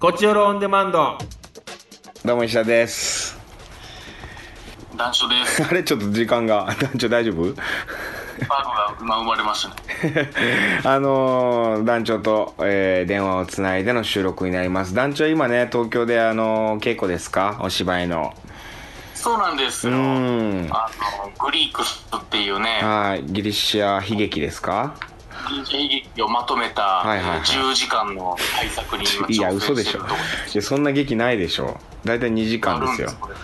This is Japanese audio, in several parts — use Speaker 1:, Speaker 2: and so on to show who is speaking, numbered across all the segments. Speaker 1: こちよろオンデマンド。
Speaker 2: どうも石田です。
Speaker 3: 男子です。
Speaker 2: あれちょっと時間が、 団長大丈夫
Speaker 3: パークが今生まれましたね。
Speaker 2: あのー団長と、えー電話をつないでの収録になります。団長今ね、東京であのー稽古ですかお芝居の。
Speaker 3: そうなんです
Speaker 2: う
Speaker 3: よ。あ
Speaker 2: ーん。
Speaker 3: の、グリークスっていうね、
Speaker 2: はい、ギリシア悲劇ですか
Speaker 3: 人生悲劇をまとめた
Speaker 2: はいはいはい
Speaker 3: 10時間の対策に今
Speaker 2: いや、
Speaker 3: 挑
Speaker 2: 嘘
Speaker 3: 戦
Speaker 2: で
Speaker 3: して
Speaker 2: し
Speaker 3: る
Speaker 2: ょ
Speaker 3: ところ。
Speaker 2: いや、そんな劇ないでしょ。だいたい2時間ですよ。
Speaker 3: これが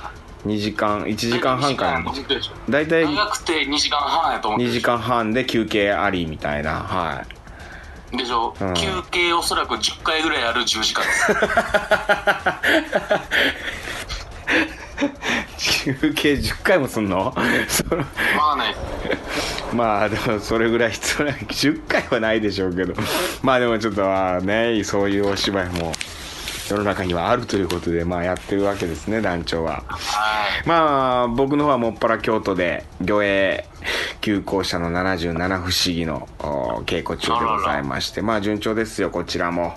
Speaker 2: 2時間、1時間半から
Speaker 3: 二時間でしょ
Speaker 2: だいたい
Speaker 3: 長くて2時間半やと思って
Speaker 2: 2
Speaker 3: る
Speaker 2: 時間半で休憩ありみたいな。はい。
Speaker 3: でしょ、
Speaker 2: ん
Speaker 3: 休憩おそらく10回ぐらいある10時間です
Speaker 2: 休憩10回もすんの その
Speaker 3: まあね
Speaker 2: まあでもそれぐらい必要ない10回は ないでしょうけどまあでもちょっとまあねそういうお芝居も世の中にはあるということでまあやってるわけですね団長は
Speaker 3: はい
Speaker 2: まあ僕の方はもっぱら京都で魚影旧校舎の77不思議のお稽古中でございましてまあ順調ですよこちらも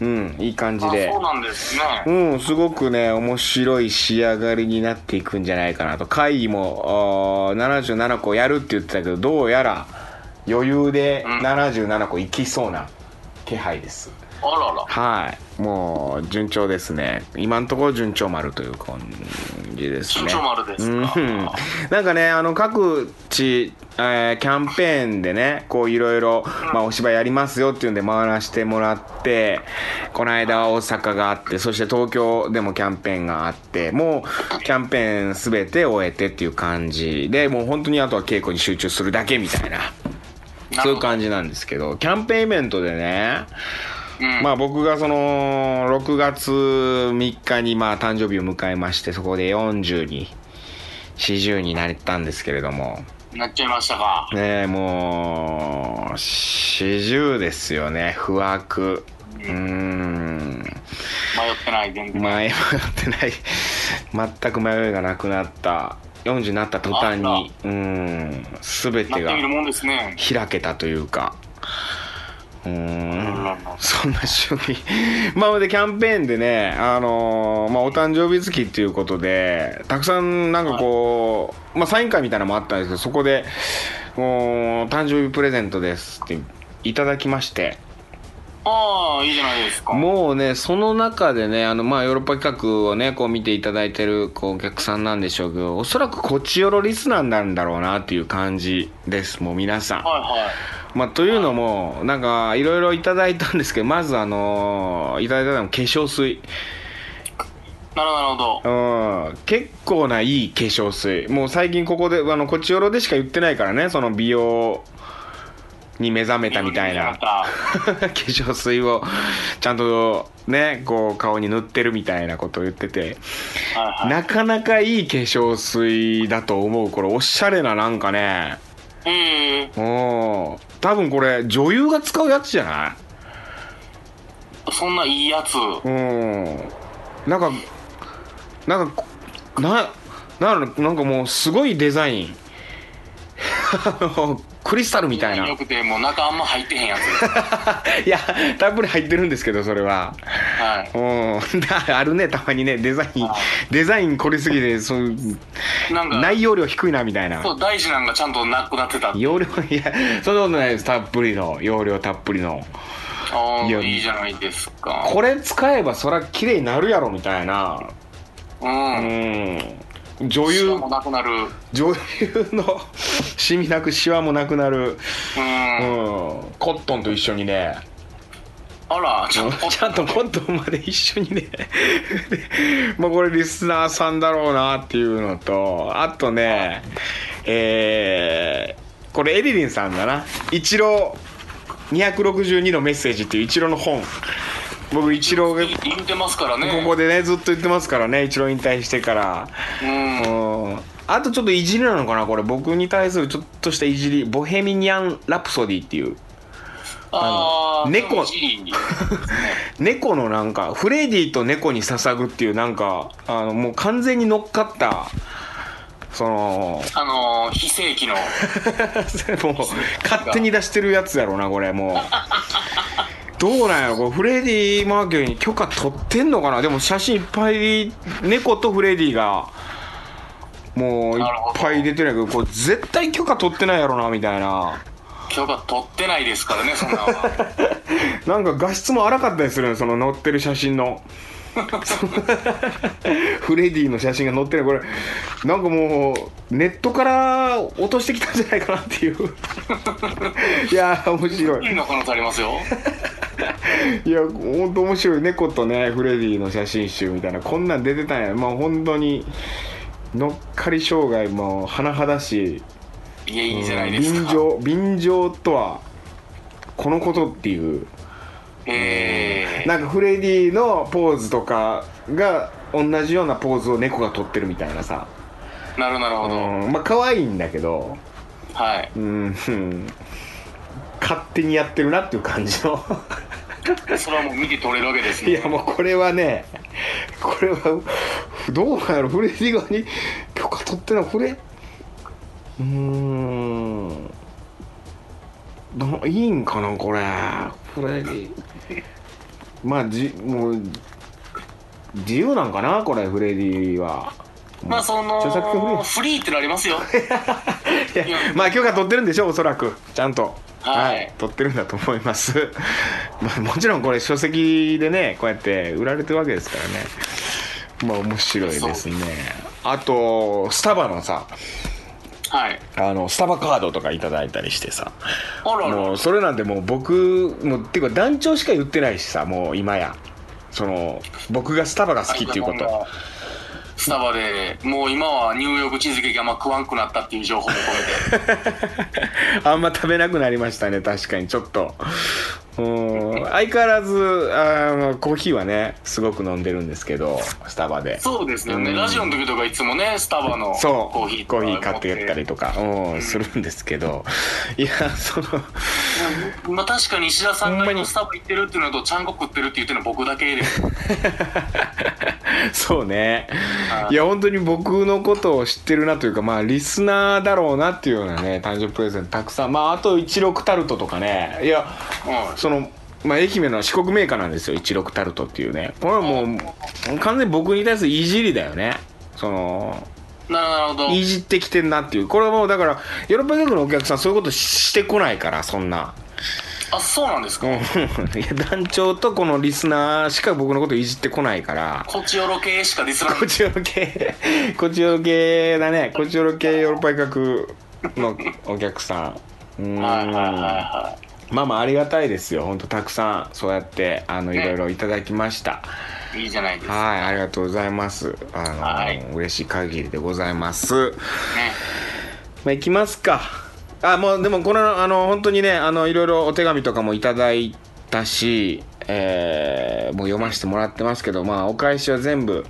Speaker 2: うんいい感じ
Speaker 3: あ
Speaker 2: で
Speaker 3: そうなんですね、
Speaker 2: うん、すごくね、面白い仕上がりになっていくんじゃないかなと。会議も、あー77個やるって言ってたけど、どうやら余裕で
Speaker 3: うん
Speaker 2: 77個いきそうな気配です。
Speaker 3: あらら
Speaker 2: はい。もう、順調ですね。今のところ順調丸という感じですね。
Speaker 3: 順調丸ですか、
Speaker 2: うんなんかねあの各地、えーキャンペーンでねこういろいろまあお芝居やりますよっていうんで回らせてもらってこの間は大阪があってそして東京でもキャンペーンがあってもうキャンペーン全て終えてっていう感じでもう本当にあとは稽古に集中するだけみたいなそうい
Speaker 3: なる
Speaker 2: う
Speaker 3: ほど
Speaker 2: 感じなんですけどキャンペーンイベントでね
Speaker 3: うん
Speaker 2: まあ僕がその6月3日にまあ誕生日を迎えましてそこで40に40になったんですけれども
Speaker 3: なっちゃいましたか
Speaker 2: ねえもう40ですよね不惑うーん
Speaker 3: 迷ってない全然、
Speaker 2: 迷ってない全く迷いがなくなった40になった途端にうーん全
Speaker 3: な
Speaker 2: て
Speaker 3: って
Speaker 2: が
Speaker 3: みるもんですね
Speaker 2: 開けたというかうーん
Speaker 3: うん
Speaker 2: そんな趣味 まあでキャンペーンでねあのーまあお誕生日月っていうことでたくさんなんかこう、まあサイン会みたいなのもあったんですけどそこで「もう誕生日プレゼントです」っていただきまして
Speaker 3: ああいいじゃないですか
Speaker 2: もうねその中でねあのまあヨーロッパ企画をねこう見ていただいてるこうお客さんなんでしょうけどおそらくこっちよろリスナーになるんだろうなっていう感じですもう皆さん
Speaker 3: はいはい
Speaker 2: まあ、というのもなんかいろいろいただいたんですけどまずあのーいただいたのが化粧水、
Speaker 3: なるほどなるほど
Speaker 2: うん、結構ないい化粧水もう最近ここであのこっちよろでしか言ってないからねその美容に目覚めたみたいな 化粧水をちゃんとねこう顔に塗ってるみたいなことを言ってて
Speaker 3: はいは
Speaker 2: なかなかいい化粧水だと思うこれおしゃれななんかね
Speaker 3: い。へえ
Speaker 2: うん多分これ女優が使うやつじゃない
Speaker 3: そんないいやつ。
Speaker 2: うんなんかなんかこななんやろなんかもうすごいデザイン あのクリスタルみたいな
Speaker 3: よ
Speaker 2: い
Speaker 3: くて、もう中あんま入ってへんやつです。
Speaker 2: やたっぷり入ってるんですけどそれは
Speaker 3: はい。
Speaker 2: うんだあるねたまにねデザイン
Speaker 3: はい
Speaker 2: デザイン凝りすぎてそういう
Speaker 3: なんか、
Speaker 2: 内容量低いなみたいな
Speaker 3: そう、大事なんがちゃんとなくなってた。
Speaker 2: 容量いやそんなことないですたっぷりの容量たっぷりの
Speaker 3: あ
Speaker 2: いや
Speaker 3: あ、いいじゃないですか。
Speaker 2: これ使えばそら綺麗になるやろみたいな
Speaker 3: うん。
Speaker 2: うん女
Speaker 3: しか
Speaker 2: 優
Speaker 3: もなくなる。うん。
Speaker 2: 女優のシミなくシワもなくなる、うん、コットンと一緒にね
Speaker 3: あら、ち
Speaker 2: ち
Speaker 3: ょっと、
Speaker 2: ゃんとコットンまで一緒にね でまあこれリスナーさんだろうなっていうのとあとねえーこれエリリンさんだな「イチロー262のメッセージ」っていうイチローの本僕イチローが
Speaker 3: 言うてますからね。
Speaker 2: ここでねずっと言ってますからねイチロー引退してから。
Speaker 3: うん。
Speaker 2: うんあとちょっといじりなのかなこれ僕に対するちょっとしたいじり「ボヘミニアン・ラプソディ」っていう
Speaker 3: ああ、
Speaker 2: 猫
Speaker 3: でもジリに。ね
Speaker 2: 猫のなんかフレディと猫に捧ぐっていうなんかあのもう完全に乗っかったその
Speaker 3: あのー、非正規の。
Speaker 2: それもう勝手に出してるやつやろなこれもうどうなんやろこれフレディ・マーキュリーに許可取ってんのかなでも写真いっぱい猫とフレディがもういっぱい出てるんやけどこれ絶対許可取ってないやろなみたいな
Speaker 3: 許可取ってないですからねそんなの は
Speaker 2: なんか画質も荒かったりするのその載ってる写真 のそのフレディの写真が載ってるこれなんかもうネットから落としてきたんじゃないかな っていういやー面白い
Speaker 3: いいの可能性ありますよ
Speaker 2: いや本当面白い猫とねフレディの写真集みたいなこんなん出てたんやまあ本当に乗っかり障害も甚だし
Speaker 3: いやいいじゃないですか
Speaker 2: 便乗便乗とはこのことっていう
Speaker 3: えー
Speaker 2: なんかフレディのポーズとかが同じようなポーズを猫が撮ってるみたいなさ
Speaker 3: なるなる
Speaker 2: う
Speaker 3: ほど、
Speaker 2: んまあ可愛いんだけど
Speaker 3: はい
Speaker 2: うんうん勝手にやってるなっていう感じの
Speaker 3: それはもう見て取れるわけです
Speaker 2: い
Speaker 3: ね
Speaker 2: やもうこれはねこれはどうなんやろフレディ側に許可取ってんのこれうーんないいんかなこれフレディまあじもう自由なんかなこれフレディは
Speaker 3: まあそ
Speaker 2: 著作権フリ
Speaker 3: の
Speaker 2: ー
Speaker 3: フリーってのありますよ
Speaker 2: いやまあ許可取ってるんでしょおそらくちゃんと
Speaker 3: はい
Speaker 2: 取ってるんだと思います まあもちろんこれ書籍でねこうやって売られてるわけですからねまあ面白いですねあとスタバのさ
Speaker 3: はい
Speaker 2: あのスタバカードとかいただいたりしてさ
Speaker 3: あらあら
Speaker 2: もうそれなんてもう僕もうっていうか団長しか言ってないしさもう今やその僕がスタバが好きっていうこと
Speaker 3: スタバでもう今はニューヨークチーズケーキあんま食わんくなったっていう情報 も込めて
Speaker 2: あんま食べなくなりましたね確かにちょっとうん相変わらずあのコーヒーはねすごく飲んでるんですけどスタバで
Speaker 3: そうですよね、
Speaker 2: うん
Speaker 3: ラジオの時とかいつもねスタバの
Speaker 2: そう
Speaker 3: コーヒー
Speaker 2: コーヒー買ってやったりとか、うん、するんですけどいやその
Speaker 3: うんまあ確かに石田さん
Speaker 2: ほんま
Speaker 3: が
Speaker 2: に
Speaker 3: スタバ行ってるっていうのとちゃんこ食ってるって言ってるのは僕だ けです
Speaker 2: そうね
Speaker 3: はい
Speaker 2: いや本当に僕のことを知ってるなというかまあリスナーだろうなっていうようなね誕生日プレゼントたくさんまああと16タルトとかねいや
Speaker 3: う
Speaker 2: その、まあ、愛媛の四国メーカーなんですよ一六タルトっていうねこれはもう完全に僕に対するいじりだよねその
Speaker 3: んなるほど
Speaker 2: いじってきてんなっていうこれはもうだからヨーロッパ全国のお客さんそういうことしてこないからそんな
Speaker 3: あそうなんです
Speaker 2: う
Speaker 3: か、
Speaker 2: んいや団長とこのリスナーしか僕のこといじってこないから
Speaker 3: こっちよろ系しかディスらない
Speaker 2: こちよろ系こちよろ系だねこちよろ系ヨーロッパ企画のお客さんうーん
Speaker 3: はいはいはいはい
Speaker 2: まあまあありがたいですよ本当たくさんそうやってあのい
Speaker 3: ね
Speaker 2: ろいろいただきました、
Speaker 3: いいじゃないですか、
Speaker 2: はいありがとうございますあの、
Speaker 3: はい
Speaker 2: 嬉しい限りでございます
Speaker 3: ね、
Speaker 2: まあ行きますかあもうでもこのあの本当にねあのいろいろお手紙とかもいただいたし、えーもう読ませてもらってますけどまあお返しは全部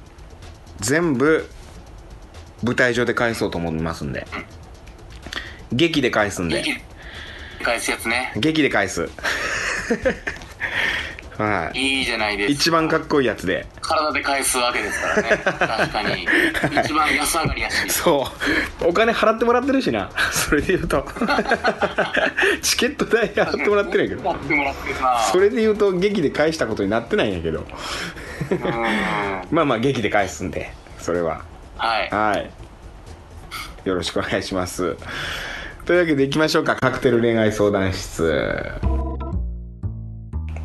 Speaker 2: 全部舞台上で返そうと思いますんで劇で返すんで
Speaker 3: 劇返すやつね
Speaker 2: 劇で返す はい
Speaker 3: いいじゃないですか
Speaker 2: 一番かっこいいやつで
Speaker 3: 体で返すわけですからね確かに一番安上がりやし
Speaker 2: そうお金払ってもらってるしなそれで言うと チケット代払ってもらってるんやけど
Speaker 3: やってもらってるな
Speaker 2: それで言うと劇で返したことになってないんやけど
Speaker 3: うんは
Speaker 2: まあまあ劇で返すんでそれはいはいよろしくお願いしますというわけでいきましょうかカクテル恋愛相談室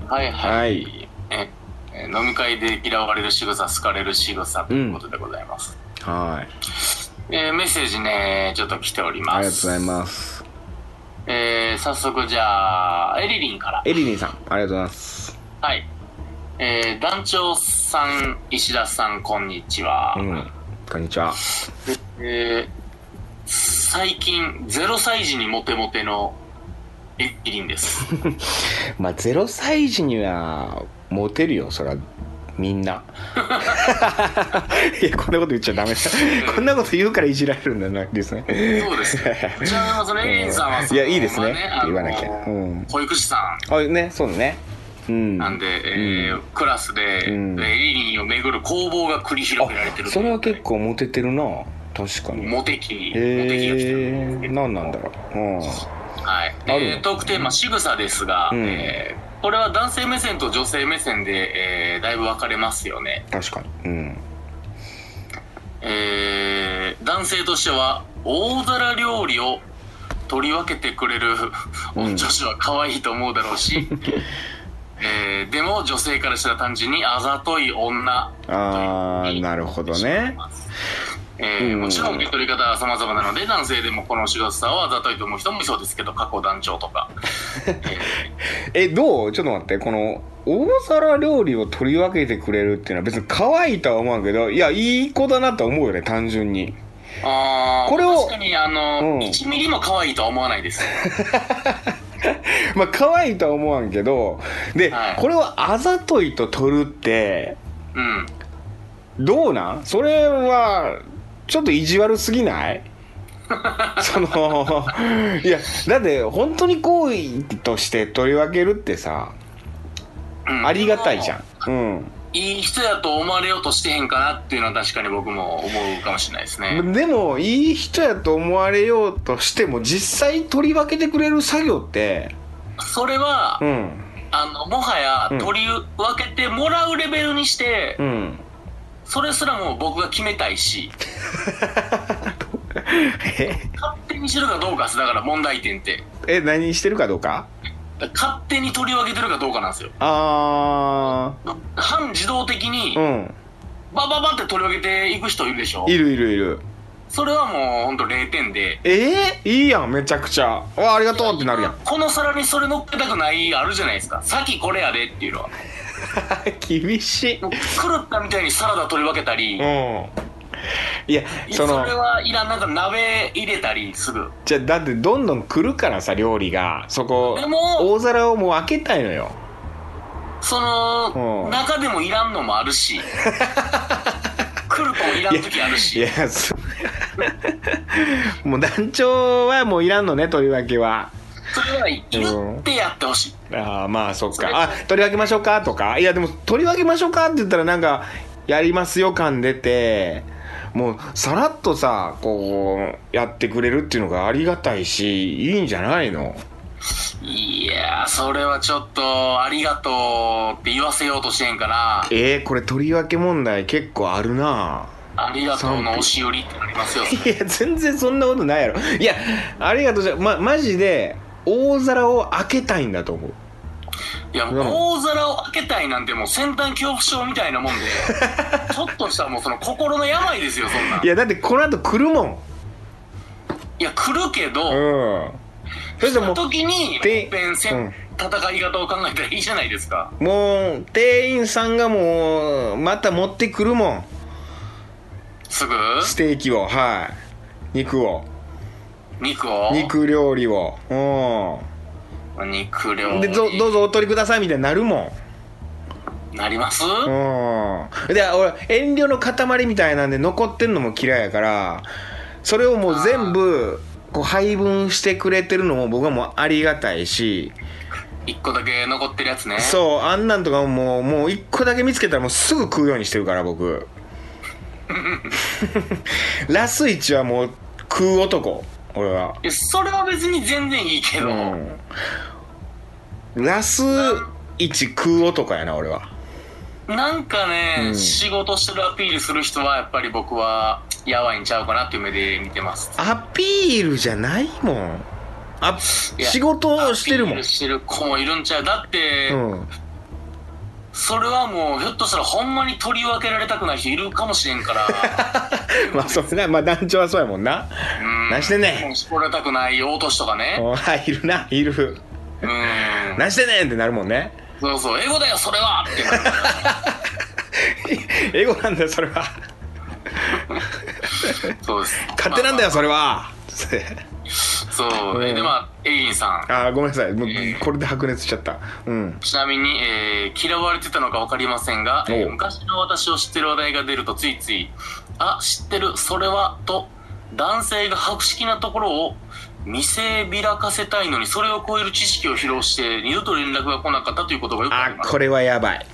Speaker 3: はいは、
Speaker 2: はいい
Speaker 3: ええ飲み会で嫌われる仕草好かれる仕草ということでございます、
Speaker 2: はい
Speaker 3: えーメッセージねちょっと来ております
Speaker 2: ありがとうございます
Speaker 3: えー早速じゃあエリリンから
Speaker 2: エリリンさんありがとうございます
Speaker 3: はいえー団長さん石田さんこんにちは、
Speaker 2: うんこんにちは
Speaker 3: えー最近0歳児にモテモテのエリリンです
Speaker 2: まあ0歳児にはモテるよそらみんないやこんなこと言っちゃダメだこんなこと言うからいじられるんだなですね
Speaker 3: そうですよ。ちなみにそのエリンさんはそ
Speaker 2: い
Speaker 3: の、
Speaker 2: やいいですね
Speaker 3: まあ
Speaker 2: って言わなきゃ
Speaker 3: あの
Speaker 2: うん
Speaker 3: 保育士さ
Speaker 2: あねそうだねうん
Speaker 3: んなんで、えークラスで、
Speaker 2: うん
Speaker 3: エリリンを巡る攻防が繰り広げられてる
Speaker 2: あそれは結構モテてるな確かに
Speaker 3: モテ期に、モテ期が来てるん
Speaker 2: へえ
Speaker 3: ですけど
Speaker 2: 何なんだろううん
Speaker 3: はい、
Speaker 2: あるの
Speaker 3: えー、トークテーマ「仕草ですが、
Speaker 2: うん
Speaker 3: えこれは男性目線と女性目線で、えーだいぶ分かれますよね。
Speaker 2: 確かにうん
Speaker 3: えー男性としては大皿料理を取り分けてくれる
Speaker 2: うん
Speaker 3: 女子は可愛いと思うだろ うし、えーでも女性からしたら単純にあざとい女
Speaker 2: ああなるほどね
Speaker 3: えー
Speaker 2: うん
Speaker 3: もちろん受け取り方は様々なので男性でもこの仕事さをあざといと思う人もいそうですけど過去団長と か、
Speaker 2: えどうちょっと待ってこの大皿料理を取り分けてくれるっていうのは別に可愛いとは思うけどいやいい子だなと思うよね単純に
Speaker 3: あー
Speaker 2: これを
Speaker 3: 確かにあの、
Speaker 2: うん
Speaker 3: 1ミリも可愛いとは思わないです
Speaker 2: まあ可愛いとは思わんけどで、
Speaker 3: はい
Speaker 2: これをあざといと取るって
Speaker 3: うん
Speaker 2: どうなんそれはちょっと意地悪すぎない そのいやだって本当に好意として取り分けるってさ
Speaker 3: うん
Speaker 2: ありがたいじゃんうん
Speaker 3: いい人やと思われようとしてへんかなっていうのは確かに僕も思うかもしれないですね。
Speaker 2: でもいい人やと思われようとしても実際取り分けてくれる作業って
Speaker 3: それは、
Speaker 2: うん
Speaker 3: あの、もは
Speaker 2: うん
Speaker 3: や取り分けてもらうレベルにして、
Speaker 2: うん
Speaker 3: それすらもう僕が決めたいし、
Speaker 2: え
Speaker 3: 勝手にしてるかどうかです。だから問題点って。
Speaker 2: え何してるかどうか
Speaker 3: だから勝手に取り分けてるかどうかなんですよ。
Speaker 2: あ
Speaker 3: 半自動的に
Speaker 2: ーう、ん
Speaker 3: バババって取り分けていく人いるでしょ
Speaker 2: いるいるいる
Speaker 3: それはもうほんと0点で。
Speaker 2: えー、いいやんめちゃくちゃわありがとうってなるやん
Speaker 3: この皿にそれ乗っけたくないあるじゃないですか。先これやでっていうのは。
Speaker 2: 厳しい
Speaker 3: 狂ったみたいにサラダ取り分けたり、
Speaker 2: うんいやそ
Speaker 3: そ
Speaker 2: の
Speaker 3: れはいらんなんか鍋入れたりすぐ
Speaker 2: じゃあだってどんどん来るからさ料理がそこ
Speaker 3: でも
Speaker 2: 大皿をもう開けたいのよ
Speaker 3: そ
Speaker 2: うん
Speaker 3: の中でもいらんのもあ るし来るともいらん時ある
Speaker 2: い
Speaker 3: し
Speaker 2: やそもう 団長はもういらんのねとりわけは
Speaker 3: それは言ってやってほしい、
Speaker 2: ああまあそっかあ取り分けましょうかとかいやでも取り分けましょうかって言ったらなんかやりますよ感出てもうさらっとさこうやってくれるっていうのがありがたいしいいんじゃないの
Speaker 3: いやーそれはちょっとありがとうって言わせようとしてんかな
Speaker 2: えー、これ取り分け問題結構あるな
Speaker 3: ありがとうの押し売りってなりますよ
Speaker 2: いや全然そんなことないやろいやありがとうじゃまマジで大皿を開けたいんだと思う
Speaker 3: いやもう大皿を開けたいなんてもう先端恐怖症みたいな もんでちょっとしたもうその心の病ですよそんなん
Speaker 2: いやだってこの後来るもん
Speaker 3: いや来るけど、
Speaker 2: うんそしたらもう
Speaker 3: 時に
Speaker 2: で
Speaker 3: いっぺんせん
Speaker 2: うん
Speaker 3: 戦い方を考えたらいいじゃないですか
Speaker 2: もう店員さんがもうまた持ってくるもん
Speaker 3: すぐ
Speaker 2: ステーキをはい肉を
Speaker 3: 肉を
Speaker 2: 肉料理をう
Speaker 3: 肉料
Speaker 2: んで
Speaker 3: 理
Speaker 2: どどうぞお取りくださいみたいになるも
Speaker 3: なります、
Speaker 2: んうんで俺遠慮の塊みたいなんで残ってんのも嫌いやからそれをもう全部こう配分してくれてるのも僕はもうありがたいし
Speaker 3: 一個だけ残ってるやつね
Speaker 2: そうあんなんとかもうもう1個だけ見つけたらもうすぐ食うようにしてるから 僕ラスイチはもう食う男俺はい
Speaker 3: やそれは別に全然いいけど、
Speaker 2: うんラスイチ食う男やな俺は
Speaker 3: なんかね、
Speaker 2: うん
Speaker 3: 仕事してるアピールする人はやっぱり僕はやばいんちゃうかなっていう目で見てます
Speaker 2: アピールじゃないもんあ
Speaker 3: いや
Speaker 2: 仕事をしてるも
Speaker 3: アピ
Speaker 2: ん
Speaker 3: ールしてる子もいるんちゃうだって、
Speaker 2: うん
Speaker 3: それはもうひょっとしたらほんまに取り分けられたくない人いるかもしれんから
Speaker 2: まあそれなまあ団長はそうやもんな
Speaker 3: うん
Speaker 2: 何してんねん
Speaker 3: もう絞られたくない落としとかね
Speaker 2: うんあいるないる
Speaker 3: うん
Speaker 2: 何してんねんってなるもんね
Speaker 3: そうそう、英語だよ、それはってなる
Speaker 2: 英語なんだよそれは
Speaker 3: そうです。
Speaker 2: 勝手なんだよそれは
Speaker 3: まあそう、
Speaker 2: うん
Speaker 3: で、まあ、エイリンさん。
Speaker 2: あーごめんなさいもう
Speaker 3: えー
Speaker 2: これで白熱しちゃったうん
Speaker 3: ちなみに、えー嫌われてたのか分かりませんが、えー
Speaker 2: おう
Speaker 3: 昔の私を知ってる話題が出るとついつい、あ、知ってる、それは、と、男性が博識なところを見せびらかせたいのに、それを超える知識を披露して、二度と連絡が来なかったということがよくあ
Speaker 2: あ
Speaker 3: ります。
Speaker 2: これはやばい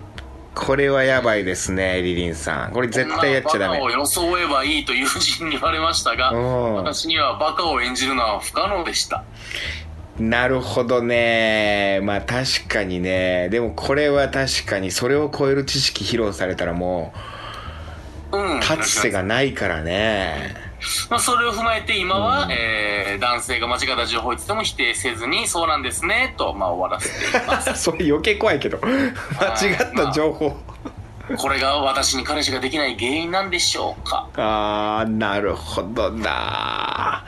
Speaker 2: これはやばいですねリリンさんこれ絶対やっちゃダメ
Speaker 3: こんなバカを装えばいいと友人に言われましたが、
Speaker 2: うん
Speaker 3: 私にはバカを演じるのは不可能でした。
Speaker 2: なるほどねまあ確かにねでもこれは確かにそれを超える知識披露されたらも
Speaker 3: うん
Speaker 2: う立つ瀬がないからね
Speaker 3: まあ、それを踏まえて今は、えー男性が間違った情報を言っても否定せずにそうなんですねと、まあ、終わらせて います
Speaker 2: それ余計怖 いけど間違った情報
Speaker 3: これが私に彼氏ができない原因なんでしょうか
Speaker 2: あーなるほどな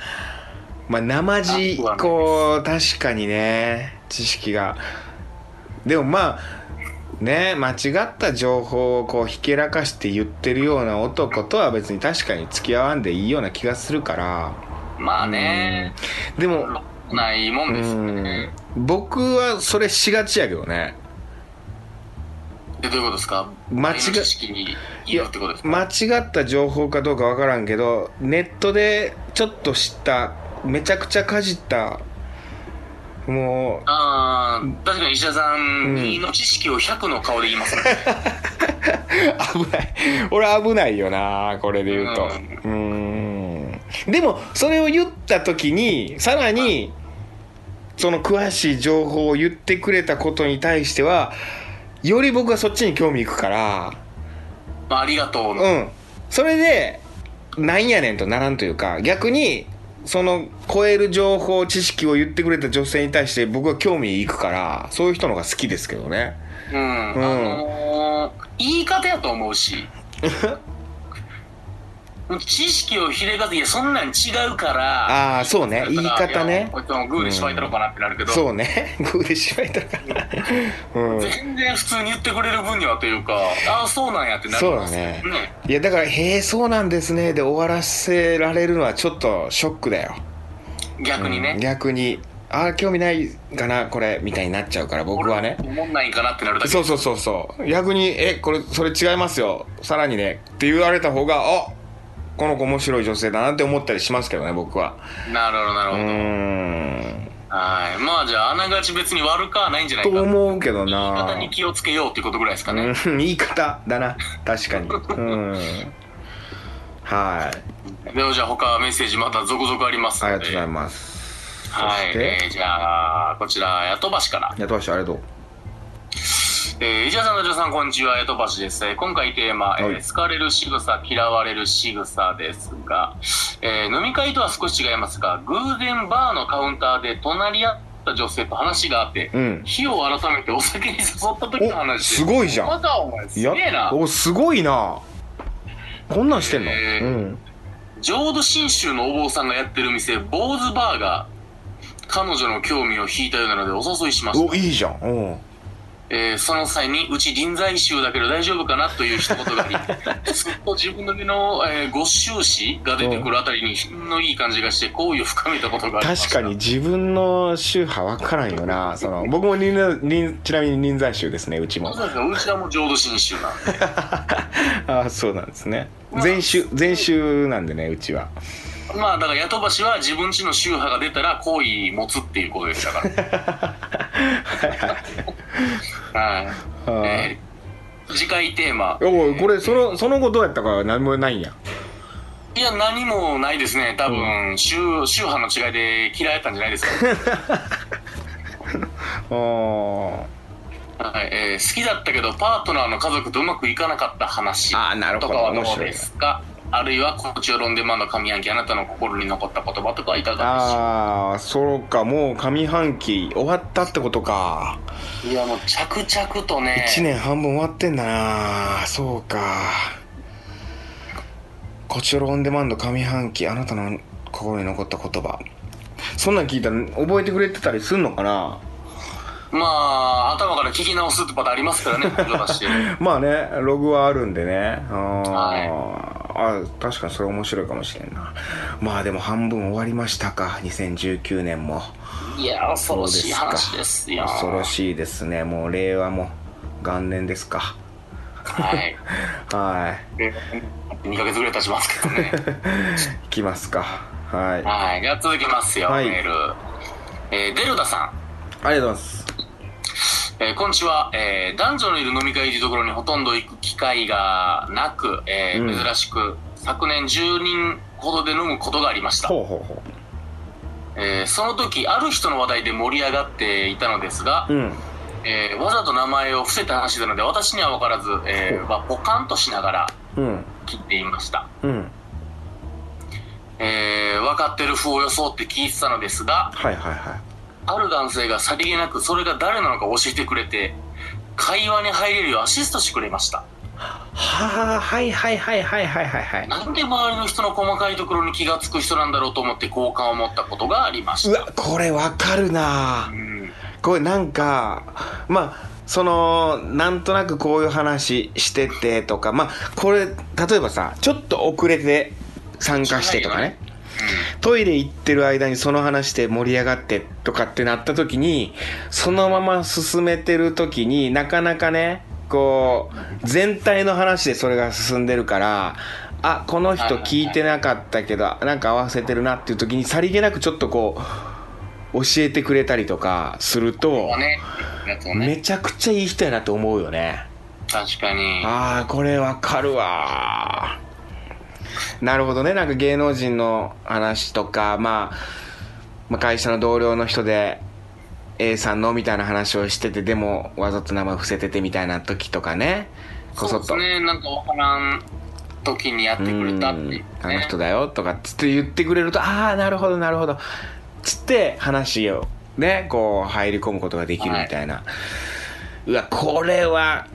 Speaker 2: まあ生地
Speaker 3: あ
Speaker 2: こう確かにね知識がでもまあね間違った情報をこうひけらかして言ってるような男とは別に確かに付き合わんでいいような気がするから
Speaker 3: まあね
Speaker 2: でも
Speaker 3: ないもん
Speaker 2: う
Speaker 3: です
Speaker 2: ん
Speaker 3: ね
Speaker 2: 僕はそれしがちやけどね
Speaker 3: でどういうことですか
Speaker 2: 間違
Speaker 3: 前の知識にいいよってことですか
Speaker 2: 間違った情報かどうかわからんけどネットでちょっと知っためちゃくちゃかじったも
Speaker 3: ああ確かに石田さん、
Speaker 2: うん
Speaker 3: いいの知識を100の顔で言いますね
Speaker 2: う危ない俺危ないよなこれで言うとうーんでもそれを言った時にさらにその詳しい情報を言ってくれたことに対してはより僕はそっちに興味いくから
Speaker 3: まあありがとうの、
Speaker 2: うん。それで、なんやねんとならんというか、逆に、その超える情報、知識を言ってくれた女性に対して僕は興味いくから、そういう人のが好きですけどね。
Speaker 3: うん
Speaker 2: うん
Speaker 3: あのー言い方やと思う し知識をひれかずいやそんなん違うから
Speaker 2: ああ、そうね。言い方
Speaker 3: いや
Speaker 2: ね
Speaker 3: こ。いつもグーでしばいたろかなってなるけど、
Speaker 2: そうね。 グーでしまいたから。うん。
Speaker 3: 全然普通に言ってくれる分にはというかああそうなんやってなる
Speaker 2: そう
Speaker 3: んで
Speaker 2: だ
Speaker 3: す
Speaker 2: ね
Speaker 3: よね。
Speaker 2: いや、だから、へえ、そうなんですね。で終わらせられるのはちょっとショックだよ。
Speaker 3: 逆にね、
Speaker 2: うん逆に。ああ、興味ないかな、これ、みたいになっちゃうから、僕はね。
Speaker 3: 思んないんかなってなるだけ
Speaker 2: そうそうそうそう逆に「えこれそれ違いますよさらにね」って言われた方があこの子面白い女性だなって思ったりしますけどね僕は
Speaker 3: なるほどなる
Speaker 2: う
Speaker 3: ほど、
Speaker 2: ーん
Speaker 3: はいまあじゃああながち別に悪くはないんじゃない
Speaker 2: と
Speaker 3: か言い
Speaker 2: 思うけど
Speaker 3: 方
Speaker 2: な
Speaker 3: に気をつけようっていうことぐらいですかね、
Speaker 2: うん言い方だな確かにうんはい
Speaker 3: ではじゃあ他メッセージまた続々あります
Speaker 2: あ
Speaker 3: の
Speaker 2: り
Speaker 3: で
Speaker 2: がとうございます
Speaker 3: は
Speaker 2: そし
Speaker 3: い、
Speaker 2: て
Speaker 3: えーじゃあこちらヤトバシから、
Speaker 2: やとばしありがとう
Speaker 3: えー、石田さんの女さんこんにちはヤトバシですえー今回テーマ、え
Speaker 2: は
Speaker 3: ー
Speaker 2: い
Speaker 3: 好かれる仕草嫌われる仕草ですが、えー飲み会とは少し違いますが偶然バーのカウンターで隣り合った女性と話があって
Speaker 2: うん
Speaker 3: 火を改めてお酒に誘った時の
Speaker 2: お
Speaker 3: 話です
Speaker 2: すごいじゃ
Speaker 3: ま
Speaker 2: ん
Speaker 3: たお前すげ
Speaker 2: や
Speaker 3: えな
Speaker 2: おすごいなこんなんしてんの、
Speaker 3: えー
Speaker 2: うん
Speaker 3: 浄土真宗のお坊さんがやってる店坊主バーが彼女の興味を引いたようなのでお誘いしました
Speaker 2: おいいじゃんうん
Speaker 3: えーその際に、うち臨済宗だけど大丈夫かなという一言があ り、すっと自分の身の、えー、ご宗師が出てくるあたりに品のいい感じがして、好意を深めたことがありまし
Speaker 2: 確
Speaker 3: た。
Speaker 2: かに。自分の宗派分からんよなその僕も臨済臨ちなみに臨済宗ですねうちも
Speaker 3: そうですね、うちらも浄土真宗なんで。
Speaker 2: ああそうなんですね全宗全宗なんでねうちは
Speaker 3: まあ、だから、ヤトバシは自分ちの宗派が出たら好意持つっていうことでした から。はい。
Speaker 2: あー
Speaker 3: えー次回テーマ。
Speaker 2: おいこれそのその後どうやったか何もないんや
Speaker 3: いや、何もないですね。多分、宗、宗派の違いで嫌いだったんじゃないですか。
Speaker 2: あー
Speaker 3: はいえー好きだったけどパートナーの家族とうまくいかなかった話
Speaker 2: あーなるほど
Speaker 3: とかはど
Speaker 2: 面
Speaker 3: う
Speaker 2: 白い
Speaker 3: ですかあるいはこっちをロンデマンの上半期あなたの心に残った言葉とかはいかが
Speaker 2: あーそうかもう上半期終わったってことか
Speaker 3: でしょういやもう着々とね
Speaker 2: 1年半分終わってんだなそうかこちらオンデマンド上半期あなたの心に残った言葉そんなん聞いたら覚えてくれてたりすんのかな
Speaker 3: まあ頭から聞き直すってパターンありますから ね黒田氏
Speaker 2: まあねログはあるんでねあ,、
Speaker 3: は
Speaker 2: あ確かにそれ面白いかもしれんなまあでも半分終わりましたか2019年も
Speaker 3: いや恐ろしい話
Speaker 2: そう
Speaker 3: で
Speaker 2: です
Speaker 3: よ
Speaker 2: 恐ろしいですねもう令和も元年ですか
Speaker 3: はい
Speaker 2: はい
Speaker 3: 2ヶ月ぐらい経ちますけどね
Speaker 2: いきますかはいあ
Speaker 3: はいじゃあ続きますよ、
Speaker 2: はい
Speaker 3: メール、えーデルダさん
Speaker 2: りがとうございます
Speaker 3: えー、こんにちは、えー男女のいる飲み会というところにほとんど行く機会がなく、えー
Speaker 2: うん
Speaker 3: 珍しく昨年10人ほどで飲むことがありました
Speaker 2: ほうほうほう
Speaker 3: えーその時ある人の話題で盛り上がっていたのですが、
Speaker 2: うん
Speaker 3: えーわざと名前を伏せた話なので私には分からず、えーまあポカンとしながら
Speaker 2: うん
Speaker 3: 聞いていました、
Speaker 2: うん
Speaker 3: えー分かってるふを装って聞いてたのですが
Speaker 2: はいはいはい
Speaker 3: ある男性がさりげなくそれが誰なのか教えてくれて会話に入れるようアシストしてくれました
Speaker 2: はあはいはいはいはいはいはいはい
Speaker 3: なんで周りの人の細かいところに気がつく人なんだろうと思って好感を持ったことがありまし
Speaker 2: う
Speaker 3: た
Speaker 2: わこれわかるな
Speaker 3: うん
Speaker 2: これなんかまあそのなんとなくこういう話しててとかまあこれ例えばさちょっと遅れて参加してとかねトイレ行ってる間にその話で盛り上がってとかってなった時にそのまま進めてる時になかなかねこう全体の話でそれが進んでるからあこの人聞いてなかったけどなんか合わせてるなっていう時にさりげなくちょっとこう教えてくれたりとかすると
Speaker 3: うんねやつをね
Speaker 2: めちゃくちゃいい人やなと思うよね
Speaker 3: 確かに
Speaker 2: ああこれわかるわなるほどねなんか芸能人の話とか、まあ、まあ会社の同僚の人で A さんのみたいな話をしててでもわざと名前伏せててみたいな時とかねこそっ
Speaker 3: そ
Speaker 2: と
Speaker 3: うですねなんかわからん時にやってくれたっていう、ね、
Speaker 2: うんあの人だよとかっつって言ってくれるとああなるほどなるほどつって話をねこう入り込むことができるみたいな、うわこれは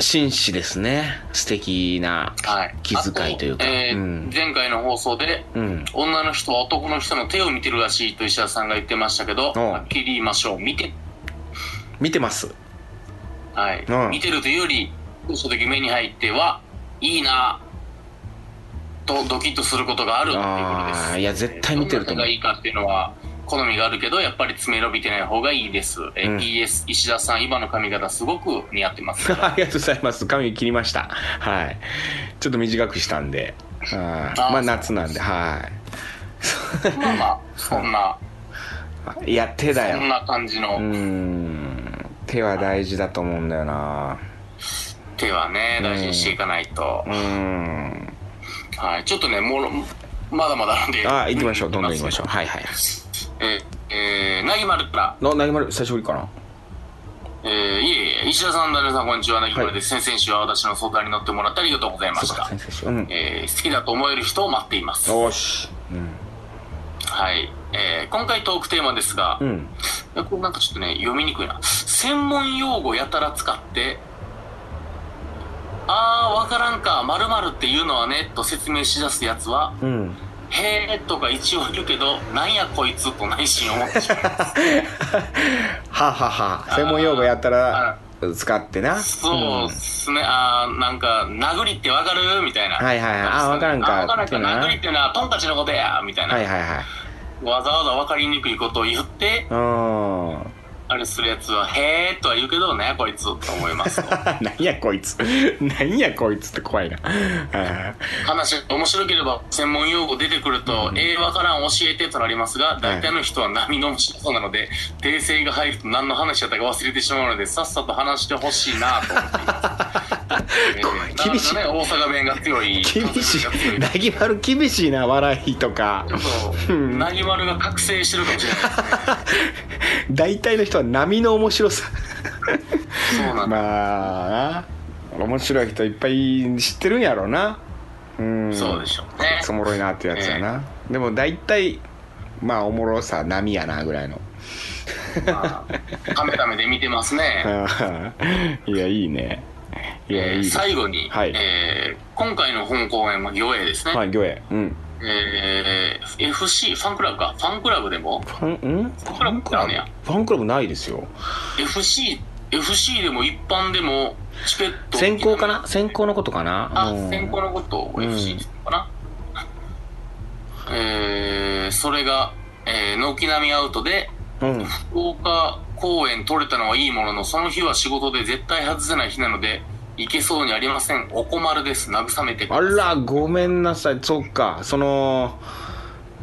Speaker 2: 紳士ですね素敵な
Speaker 3: はい、
Speaker 2: 気遣いというか
Speaker 3: あえー
Speaker 2: うん
Speaker 3: 前回の放送で
Speaker 2: うん
Speaker 3: 女の人は男の人の手を見てるらしいと石田さんが言ってましたけど
Speaker 2: うん
Speaker 3: はっきり言いましょう見て、
Speaker 2: 見てます
Speaker 3: はい
Speaker 2: うん
Speaker 3: 見てるというよりそうした時目に入ってはいいなとドキッとすることがあるっていうことです
Speaker 2: あーいや絶対見てると思う
Speaker 3: どんな方がいいかっていうのは好みがあるけどやっぱり爪伸びてない方がいいです、えー
Speaker 2: うん
Speaker 3: PS 石田さん今の髪型すごく似合ってます
Speaker 2: ありがとうございます髪切りましたはいちょっと短くしたんではいまあ夏なんではい
Speaker 3: まあまあそんな
Speaker 2: はいや手だ
Speaker 3: そん
Speaker 2: よ
Speaker 3: な感じの、
Speaker 2: うん手は大事だと思うんだよな
Speaker 3: 手はね大事にしていかないと、
Speaker 2: うん
Speaker 3: はい、ちょっとねもろまだまだなんで
Speaker 2: あ、行きましょう。どんどん行きましょう。はいはい。
Speaker 3: えーえー、なぎまるから、
Speaker 2: の、なぎまる、久しぶりかな。
Speaker 3: えー、いえいえ石田さん、ダルさん、こんにちは。なぎまるです、先々週は私の相談に乗ってもらってありがとうございまし
Speaker 2: そうか、
Speaker 3: た。
Speaker 2: 先生しよう。うん。
Speaker 3: えー、好きだと思える人を待っています。
Speaker 2: よーし。うん。
Speaker 3: はい。えー、今回トークテーマですが
Speaker 2: う、ん。
Speaker 3: えこれなんかちょっとね、読みにくいな。専門用語やたら使って、あー、わからんか、まるっていうのはね、と説明しだすやつは、
Speaker 2: うん。
Speaker 3: へーとか一応言うけど、なんやこいつと内 心思ってしまう。
Speaker 2: ははは。専門用語やったら、使ってな。
Speaker 3: そうっ
Speaker 2: ん
Speaker 3: すね、あーなんか、殴りってわかるみたいな。
Speaker 2: はいはいはいあーわからんか
Speaker 3: あーわからんか。
Speaker 2: ってな
Speaker 3: 殴りってのはトンカチのことやみたいな、
Speaker 2: はいはいはい。
Speaker 3: わざわざわかりにくいことを言って、
Speaker 2: う
Speaker 3: あれするやつは、へーとは言うけど、なんやこいつと思います。
Speaker 2: ん。 なんやこいつ。 なんやこいつって怖いな。あ
Speaker 3: 話、面白ければ専門用語出てくると、えー、わからん教えてとなりますが、大体の人は波の面白さなので、訂正が入ると何の話だったか忘れてしまうので、さっさと話してほしいなと思ってい ます。
Speaker 2: 厳しい
Speaker 3: なかなかね、大阪弁が強い。
Speaker 2: ー厳し
Speaker 3: 関西弁
Speaker 2: い。
Speaker 3: が
Speaker 2: なぎまる厳しいな、笑いとか。
Speaker 3: 強い。なぎまるが覚醒してるかもしれないですね。
Speaker 2: 大体の人は波の面白さ。
Speaker 3: そうなんだ。
Speaker 2: まあな、面白い人いっぱい知ってるんやろうな。うん。
Speaker 3: そうでしょうね
Speaker 2: こいつおもろいなってやつやな、でも大体まあおもろさ波やなぐらいの
Speaker 3: まあカメラ目で見てますね。
Speaker 2: いやいいねいや
Speaker 3: え
Speaker 2: いいで
Speaker 3: ー
Speaker 2: す
Speaker 3: 最後に、
Speaker 2: はい
Speaker 3: えー今回の本公演は行営ですね、
Speaker 2: はい魚影うん
Speaker 3: えー FC ファンクラブかファンクラブでも
Speaker 2: ファンうんフ
Speaker 3: ァンクラブってあんねや
Speaker 2: ファンクラブないですよ
Speaker 3: FC FC でも一般でもチケット
Speaker 2: 先行かな先行のことかな
Speaker 3: あ
Speaker 2: うん
Speaker 3: 先行のことを
Speaker 2: うん
Speaker 3: FC って言うのかな、えーそれが、えー軒並みアウトで
Speaker 2: うん
Speaker 3: 福岡公演取れたのはいいもののその日は仕事で絶対外せない日なので行けそうにありませんお困るです慰めてくだ
Speaker 2: あ
Speaker 3: さい
Speaker 2: らごめんなさいそっかその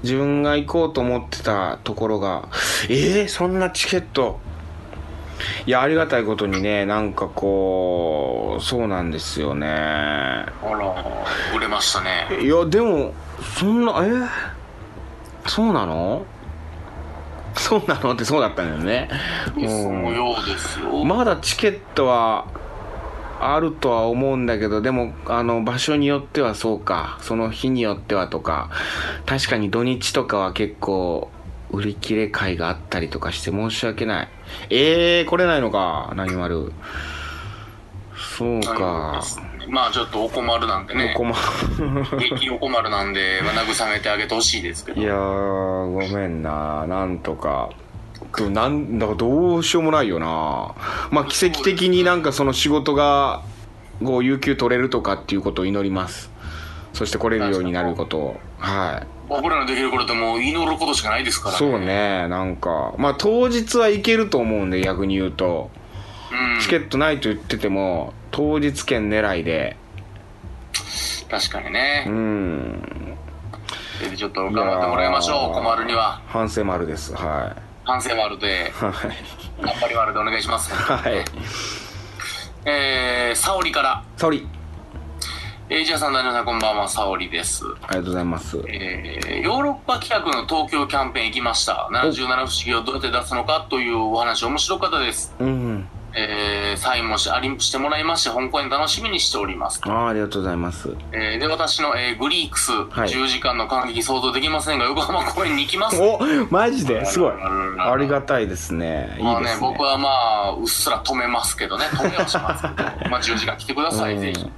Speaker 2: 自分が行こうと思ってたところがえー、そんなチケットいやありがたいことにねなんかこうそうなんですよね
Speaker 3: あら売れましたね
Speaker 2: いやでもそんなえー、そうなのそうなのってそうだったんだよね。
Speaker 3: そのようですよ。
Speaker 2: まだチケットはあるとは思うんだけど、でも、あの、場所によってはそうか、その日によってはとか、確かに土日とかは結構、売り切れ会があったりとかして申し訳ない。えー、来れないのか、何丸。そうか。
Speaker 3: まあちょっとお困るなんでね
Speaker 2: お、困
Speaker 3: 激お困るなんで、まあ慰めてあげてほしいですけど
Speaker 2: い、やー、ごめんな、なんとか。でもなんだかどうしようもないよな。まあ、奇跡的になんかその仕事が、こう、有給取れるとかっていうことを祈ります。そして来れるようになることを。はい。
Speaker 3: 僕らのできることでもう祈ることしかないですから、
Speaker 2: そうね、なんか。まあ、当日は行けると思うんで、逆に言うと。
Speaker 3: うん、
Speaker 2: チケットないと言ってても、当日券狙いで。
Speaker 3: 確かに
Speaker 2: う
Speaker 3: ね、
Speaker 2: ん。
Speaker 3: それでちょっと頑張ってもらいまし
Speaker 2: いや
Speaker 3: ょう、
Speaker 2: ー
Speaker 3: 困るには、
Speaker 2: 反省丸です。はい。
Speaker 3: 反省もあるで、
Speaker 2: はい。
Speaker 3: 頑張りもあるでお願いします。
Speaker 2: はい。
Speaker 3: えー、沙織から、
Speaker 2: サオリ、
Speaker 3: えー、じゃあさん、ダニさん、こんばんは、沙織です。
Speaker 2: ありがとうございます。
Speaker 3: えーヨーロッパ企画の東京キャンペーン行きました。77不思議をどうやって出すのかというお話、面白かったです。
Speaker 2: うん。
Speaker 3: えーサインもし、ありしてもらいまして、本公演楽しみにしております。
Speaker 2: あーありがとうございます。
Speaker 3: えーで、私の、えーグリークス、
Speaker 2: い
Speaker 3: 10時間の感激想像できませんが、横浜公演に行きます。
Speaker 2: おマジですごい
Speaker 3: あららら
Speaker 2: ありがたいですねい
Speaker 3: まあ
Speaker 2: いで
Speaker 3: ね、
Speaker 2: すね
Speaker 3: 僕はまあ、うっすら止めますけ どね、止めはしますけど、まあ10時間来てください、
Speaker 2: うん
Speaker 3: ぜひ。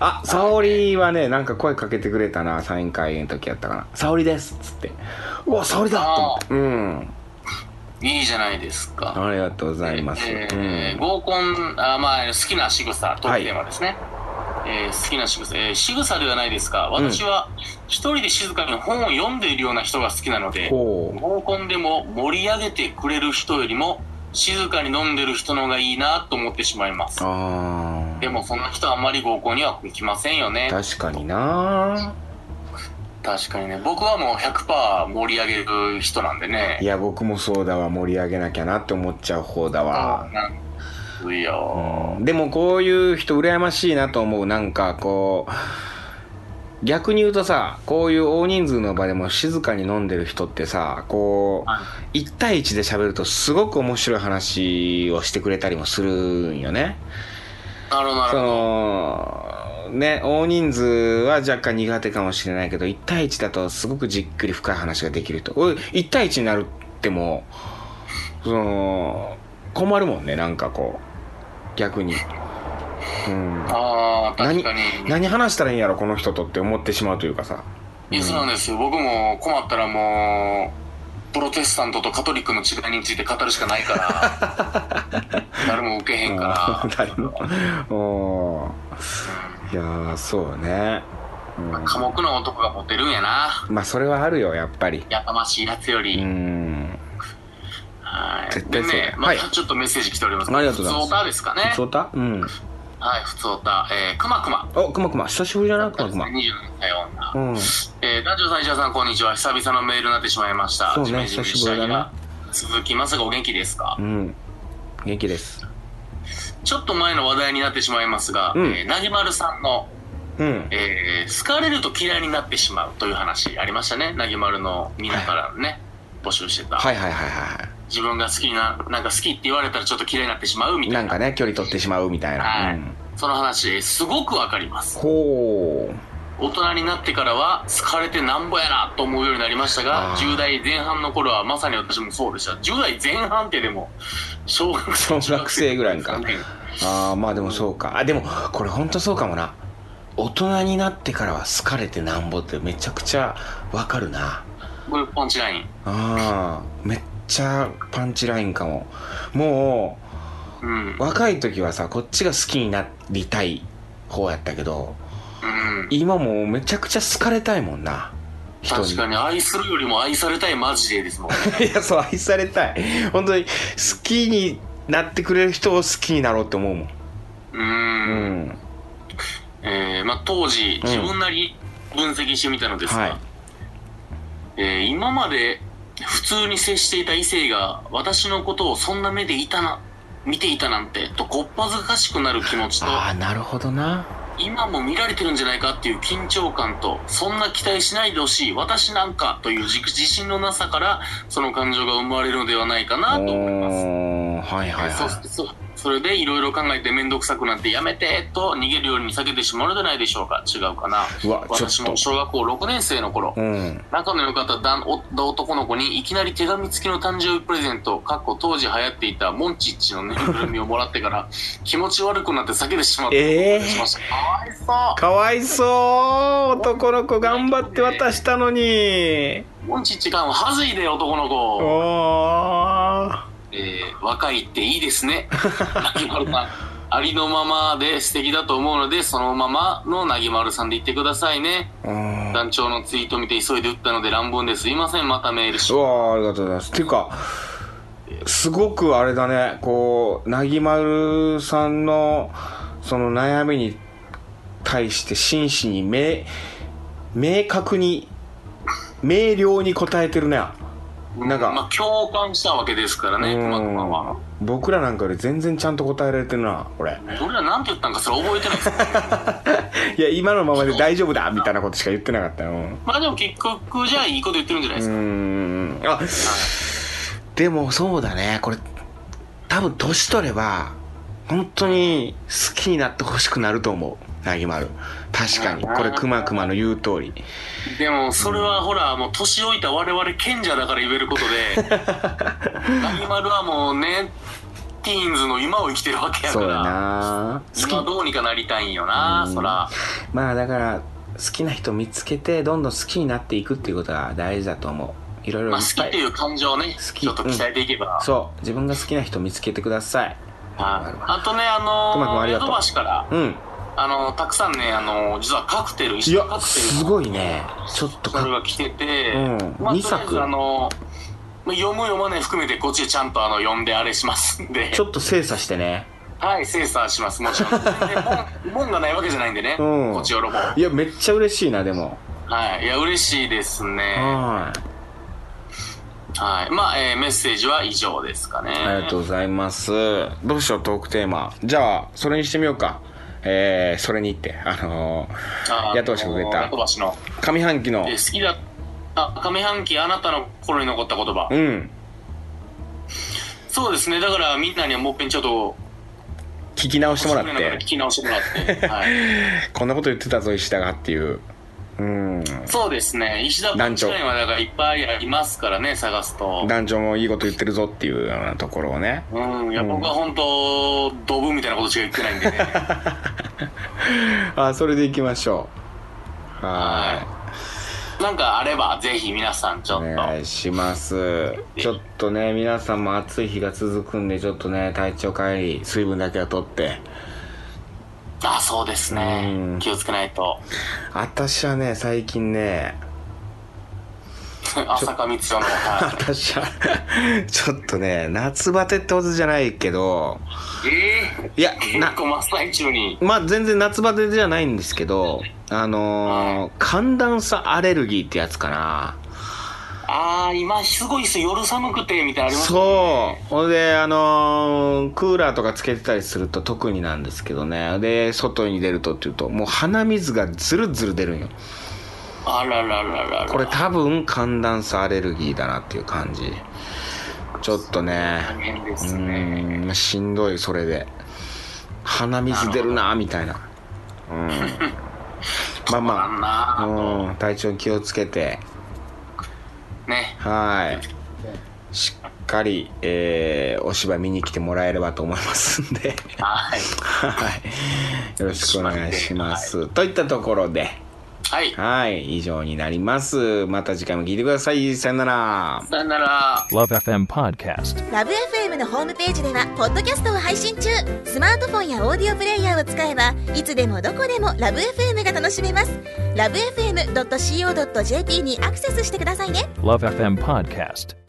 Speaker 2: あ沙織はねなんか声かけてくれたなサイン会の時やったかな「沙織です」っつって「うわ沙織だ!」と思ってうん
Speaker 3: いいじゃないですか。
Speaker 2: ありがとうございます、
Speaker 3: えー合コンあ、まあ、好きな仕草トークテーマですね、えー好きな仕草、えー、仕草ではないですが私は一人で静かに本を読んでいるような人が好きなの
Speaker 2: うん
Speaker 3: で
Speaker 2: ほ
Speaker 3: 合コンでも盛り上げてくれる人よりも静かに飲んでる人の方がいいなと思ってしまいます
Speaker 2: うあ
Speaker 3: でもそんな人はあんまり合コンには来ませんよね
Speaker 2: あ確かにな
Speaker 3: 確かにね僕はもう100%盛り上げる人なんでね
Speaker 2: いや僕もそうだわ盛り上げなきゃなって思っちゃう方だわ
Speaker 3: なんういよ
Speaker 2: でもこういう人羨ましいなと思うなんかこう逆に言うとさこういう大人数の場でも静かに飲んでる人ってさこ
Speaker 3: は
Speaker 2: う1対1で喋るとすごく面白い話をしてくれたりもするんよね。
Speaker 3: なるほどなる
Speaker 2: そ
Speaker 3: ほど
Speaker 2: のね大人数は若干苦手かもしれないけど1対1だとすごくじっくり深い話ができるとおい1対1になるってもその困るもんねなんかこう逆に、うん、
Speaker 3: ああ確かに
Speaker 2: 何話したらいいんやろこの人とって思ってしまうというかさ
Speaker 3: いや、そうなんですよ。僕も困ったらもう、プロテスタントとカトリックの違いについて語るしかないから、 誰も受けへんか
Speaker 2: 誰もおーいやーそうね、
Speaker 3: ら、寡黙な男がモテるんやな。
Speaker 2: うん、まあそれはあるよやっぱり
Speaker 3: やかましいやつより。
Speaker 2: うん
Speaker 3: はい。
Speaker 2: 絶対そうだ
Speaker 3: でね、ま
Speaker 2: はい
Speaker 3: たちょっとメッセージ来ております
Speaker 2: ありがとうございます
Speaker 3: 普通オタですかね。
Speaker 2: そうたうん
Speaker 3: はい、普通オタ。えー、くまくま。
Speaker 2: おくまくま久しぶりじゃないくまくま
Speaker 3: 27歳女。
Speaker 2: うん
Speaker 3: えー、男女さん、石田さん、こんにちは。久々のメールになってしまいました。
Speaker 2: そうね
Speaker 3: ジメジメした日
Speaker 2: 久しぶりだ
Speaker 3: が
Speaker 2: な
Speaker 3: 続きますが、お元気ですか
Speaker 2: うん元気です
Speaker 3: ちょっと前の話題になってしまいますが、
Speaker 2: うん
Speaker 3: えーなぎまるさんの、
Speaker 2: うん
Speaker 3: えー好かれると嫌いになってしまうという話ありましたね。なぎまるのみんなからね、募集してた。
Speaker 2: はいはいはいは
Speaker 3: 自分が好きな、なんか好きって言われたらちょっと嫌いになってしまうみ
Speaker 2: い
Speaker 3: た
Speaker 2: ないん
Speaker 3: な。
Speaker 2: かね距離取ってしまうみたいな、
Speaker 3: はい
Speaker 2: うん、
Speaker 3: その話、えーすごくわかります。
Speaker 2: ほう
Speaker 3: 大人になってからは、好かれてなんぼやなと思うようになりましたが、
Speaker 2: あー
Speaker 3: 10代前半の頃はまさに私もそうでした。10代前半ってでも、小学生。
Speaker 2: 小学生ぐらいか
Speaker 3: 中学生
Speaker 2: ああまあでもそうかあでもこれほんとそうかもな大人になってからは好かれてなんぼってめちゃくちゃわかるな
Speaker 3: これパンチライン。
Speaker 2: あーめっちゃパンチラインかもも
Speaker 3: うん
Speaker 2: う。若い時はさこっちが好きになりたい方やったけど
Speaker 3: うん。
Speaker 2: 今もうめちゃくちゃ好かれたいもんな人に
Speaker 3: 確かに愛するよりも愛されたいマジでで すもんね
Speaker 2: いやそう愛されたい本当に好きになってくれる人を好きになろうって思うもん
Speaker 3: うー、
Speaker 2: うんん
Speaker 3: えーまあ、当時
Speaker 2: うん
Speaker 3: 自分なりに分析してみたのですが、
Speaker 2: はい
Speaker 3: えー今まで普通に接していた異性が私のことをそんな目でいたな見ていたなんてとこっぱずかしくなる気持ちと
Speaker 2: ああなるほどな
Speaker 3: 今も見られてるんじゃないかっていう緊張感と、そんな期待しないでほしい、私なんかという自自信のなさから、その感情が生まれるのではないかなと思います。
Speaker 2: おーはいはい
Speaker 3: そ
Speaker 2: は
Speaker 3: してそそれでいろいろ考えて面倒くさくなってやめてと逃げるように避けてしまうのではないでしょうか違うかな
Speaker 2: うわちょっと
Speaker 3: 私も小学校6年生の頃
Speaker 2: い。うん。
Speaker 3: 仲の良かった男お男の子にいきなり手紙付きの誕生日プレゼントかっこ当時流行っていたモンチッチのぬいぐるみをもらってから気持ち悪くなって避けてしまった
Speaker 2: ええ
Speaker 3: しましたかわいそ
Speaker 2: かわいそう男の子頑張って渡したのに
Speaker 3: うモンチッチがはずいで男の
Speaker 2: お
Speaker 3: 子、
Speaker 2: ー
Speaker 3: えー若いっていいですねなぎまるさんありのままで素敵だと思うのでそのままのなぎまるさんで言ってくださいね
Speaker 2: うん
Speaker 3: 団長のツイート見て急いで打ったので乱文ですいませんまたメールし
Speaker 2: うわーありがとうございますていうかすごくあれだねこうなぎまるさんのその悩みに対して真摯に明明確に明瞭に答えてるねなんか
Speaker 3: まあ、共感したわけですからね熊くんは
Speaker 2: うん僕らなんかより全然ちゃんと答えられてるなこれ
Speaker 3: 俺らなんて言ったんかそれ覚えてないですね
Speaker 2: いや今のままで大丈夫だみたいなことしか言ってなかったよ、うん
Speaker 3: まあでも結局じゃあいいこと言ってるんじゃないで
Speaker 2: う
Speaker 3: す
Speaker 2: ー
Speaker 3: か、
Speaker 2: んあでもそうだねこれ多分年取れば本当に好きになってほしくなると思うなぎまる確かにこれくまくまの言う通り
Speaker 3: でもそれはほらもう年老いた我々賢者だから言えること でアニマルはもうねティーンズの今を生きてるわけやか
Speaker 2: そうだ
Speaker 3: ら
Speaker 2: な好き
Speaker 3: 今どうにかなりたいんよな
Speaker 2: うん
Speaker 3: そら
Speaker 2: まあだから好きな人見つけてどんどん好きになっていくっていうことが大事だと思ういろいろい
Speaker 3: まあ
Speaker 2: っ
Speaker 3: 好
Speaker 2: ぱ
Speaker 3: きという感情をね
Speaker 2: 好き
Speaker 3: ちょっと鍛えていけば、
Speaker 2: そう自分が好きな人見つけてください
Speaker 3: はいあとねあの
Speaker 2: 熊くんあり
Speaker 3: ー
Speaker 2: がとう
Speaker 3: ヨドバシから
Speaker 2: うん
Speaker 3: あのたくさんねあの実はカクテル
Speaker 2: い
Speaker 3: 一緒にカ
Speaker 2: や
Speaker 3: クテ
Speaker 2: す
Speaker 3: ル
Speaker 2: ごいねちょっと
Speaker 3: それ
Speaker 2: か
Speaker 3: が来てて、
Speaker 2: うん
Speaker 3: まあ
Speaker 2: 二
Speaker 3: とりあえ
Speaker 2: 作
Speaker 3: ずあのまあ読む読まない含めてこっちでちゃんとあの読んであれしますんで
Speaker 2: ちょっと精査してね
Speaker 3: はい精査しますもちろ んで門門がないわけじゃないんでね、
Speaker 2: うん
Speaker 3: こっちよろも
Speaker 2: いやめっちゃ嬉しいなでも
Speaker 3: はいいや嬉しいですね
Speaker 2: はい
Speaker 3: はいまあ、えーメッセージは以上ですかね
Speaker 2: ありがとうございます。どうしよう、トークテーマ。じゃあ、それにしてみようか。えー、それにって、あの
Speaker 3: あ
Speaker 2: ー、雇わしてくれ
Speaker 3: あの
Speaker 2: た
Speaker 3: ー、ヨドバシの、
Speaker 2: 上半期の
Speaker 3: え、ー好きだあ上半期あなたの心に残った言葉、
Speaker 2: うん、
Speaker 3: そうですねだからみんなにはもう一遍ちょっと
Speaker 2: 聞き直してもらっ
Speaker 3: 娘の中
Speaker 2: て
Speaker 3: で聞、き直しても らって、はい
Speaker 2: こんなこと言ってたぞ、石田がっていう。うん、
Speaker 3: そうですね石田パンチラインはだからいっぱいありますからね探すと
Speaker 2: 団長もいいこと言ってるぞっていうようなところを ね。
Speaker 3: うんいや僕は本当ドブみたいなことしか言ってないんでね
Speaker 2: あ、それで行きましょう。は
Speaker 3: はいなんかあればぜひ皆さんちょ
Speaker 2: い。
Speaker 3: っ
Speaker 2: お
Speaker 3: と、
Speaker 2: 願いします。ちょっとね、皆さんも暑い日が続くんで、ちょっとね、体調管理、水分だけはとって。
Speaker 3: あそうです
Speaker 2: う
Speaker 3: ね、
Speaker 2: ん
Speaker 3: 気をつけないと
Speaker 2: 私はね、最近ね、
Speaker 3: 浅香光代の、は
Speaker 2: 私はちょっとね夏バテってことじゃないけど
Speaker 3: い、え
Speaker 2: いや
Speaker 3: えー、
Speaker 2: な
Speaker 3: 結構真っ最中に
Speaker 2: まあ全然夏バテじゃないんですけどあのー寒暖差アレルギーってやつかな
Speaker 3: ああ今すごいです夜寒くてみたいなのあります
Speaker 2: そうほんであのークーラーとかつけてたりすると特になんですけどねで外に出るとっていうともう鼻水がズルズル出るんよ
Speaker 3: あららららら
Speaker 2: これ多分寒暖差アレルギーだなっていう感じちょっとね
Speaker 3: 大変で
Speaker 2: う
Speaker 3: すね
Speaker 2: ーんしんどいそれで鼻水出るなみたいなうん まあ
Speaker 3: あん
Speaker 2: ま
Speaker 3: な
Speaker 2: あ
Speaker 3: あと
Speaker 2: うん体調に気をつけて
Speaker 3: ね
Speaker 2: はいしっかり、えーお芝居見に来てもらえればと思いますんで
Speaker 3: はい
Speaker 2: はいよろしくお願いします、といったところで
Speaker 3: はい
Speaker 2: はい以上になりますまた次回も聞いてくださいさよなら
Speaker 3: さよなら
Speaker 1: Love FM Podcast.
Speaker 4: ラブ f m のホームページではポッドキャストを配信中スマートフォンやオーディオプレイヤーを使えばいつでもどこでもラブ f m が楽しめますラブ FM.co.jp にアクセスしてくださいね
Speaker 1: Love FM Podcast.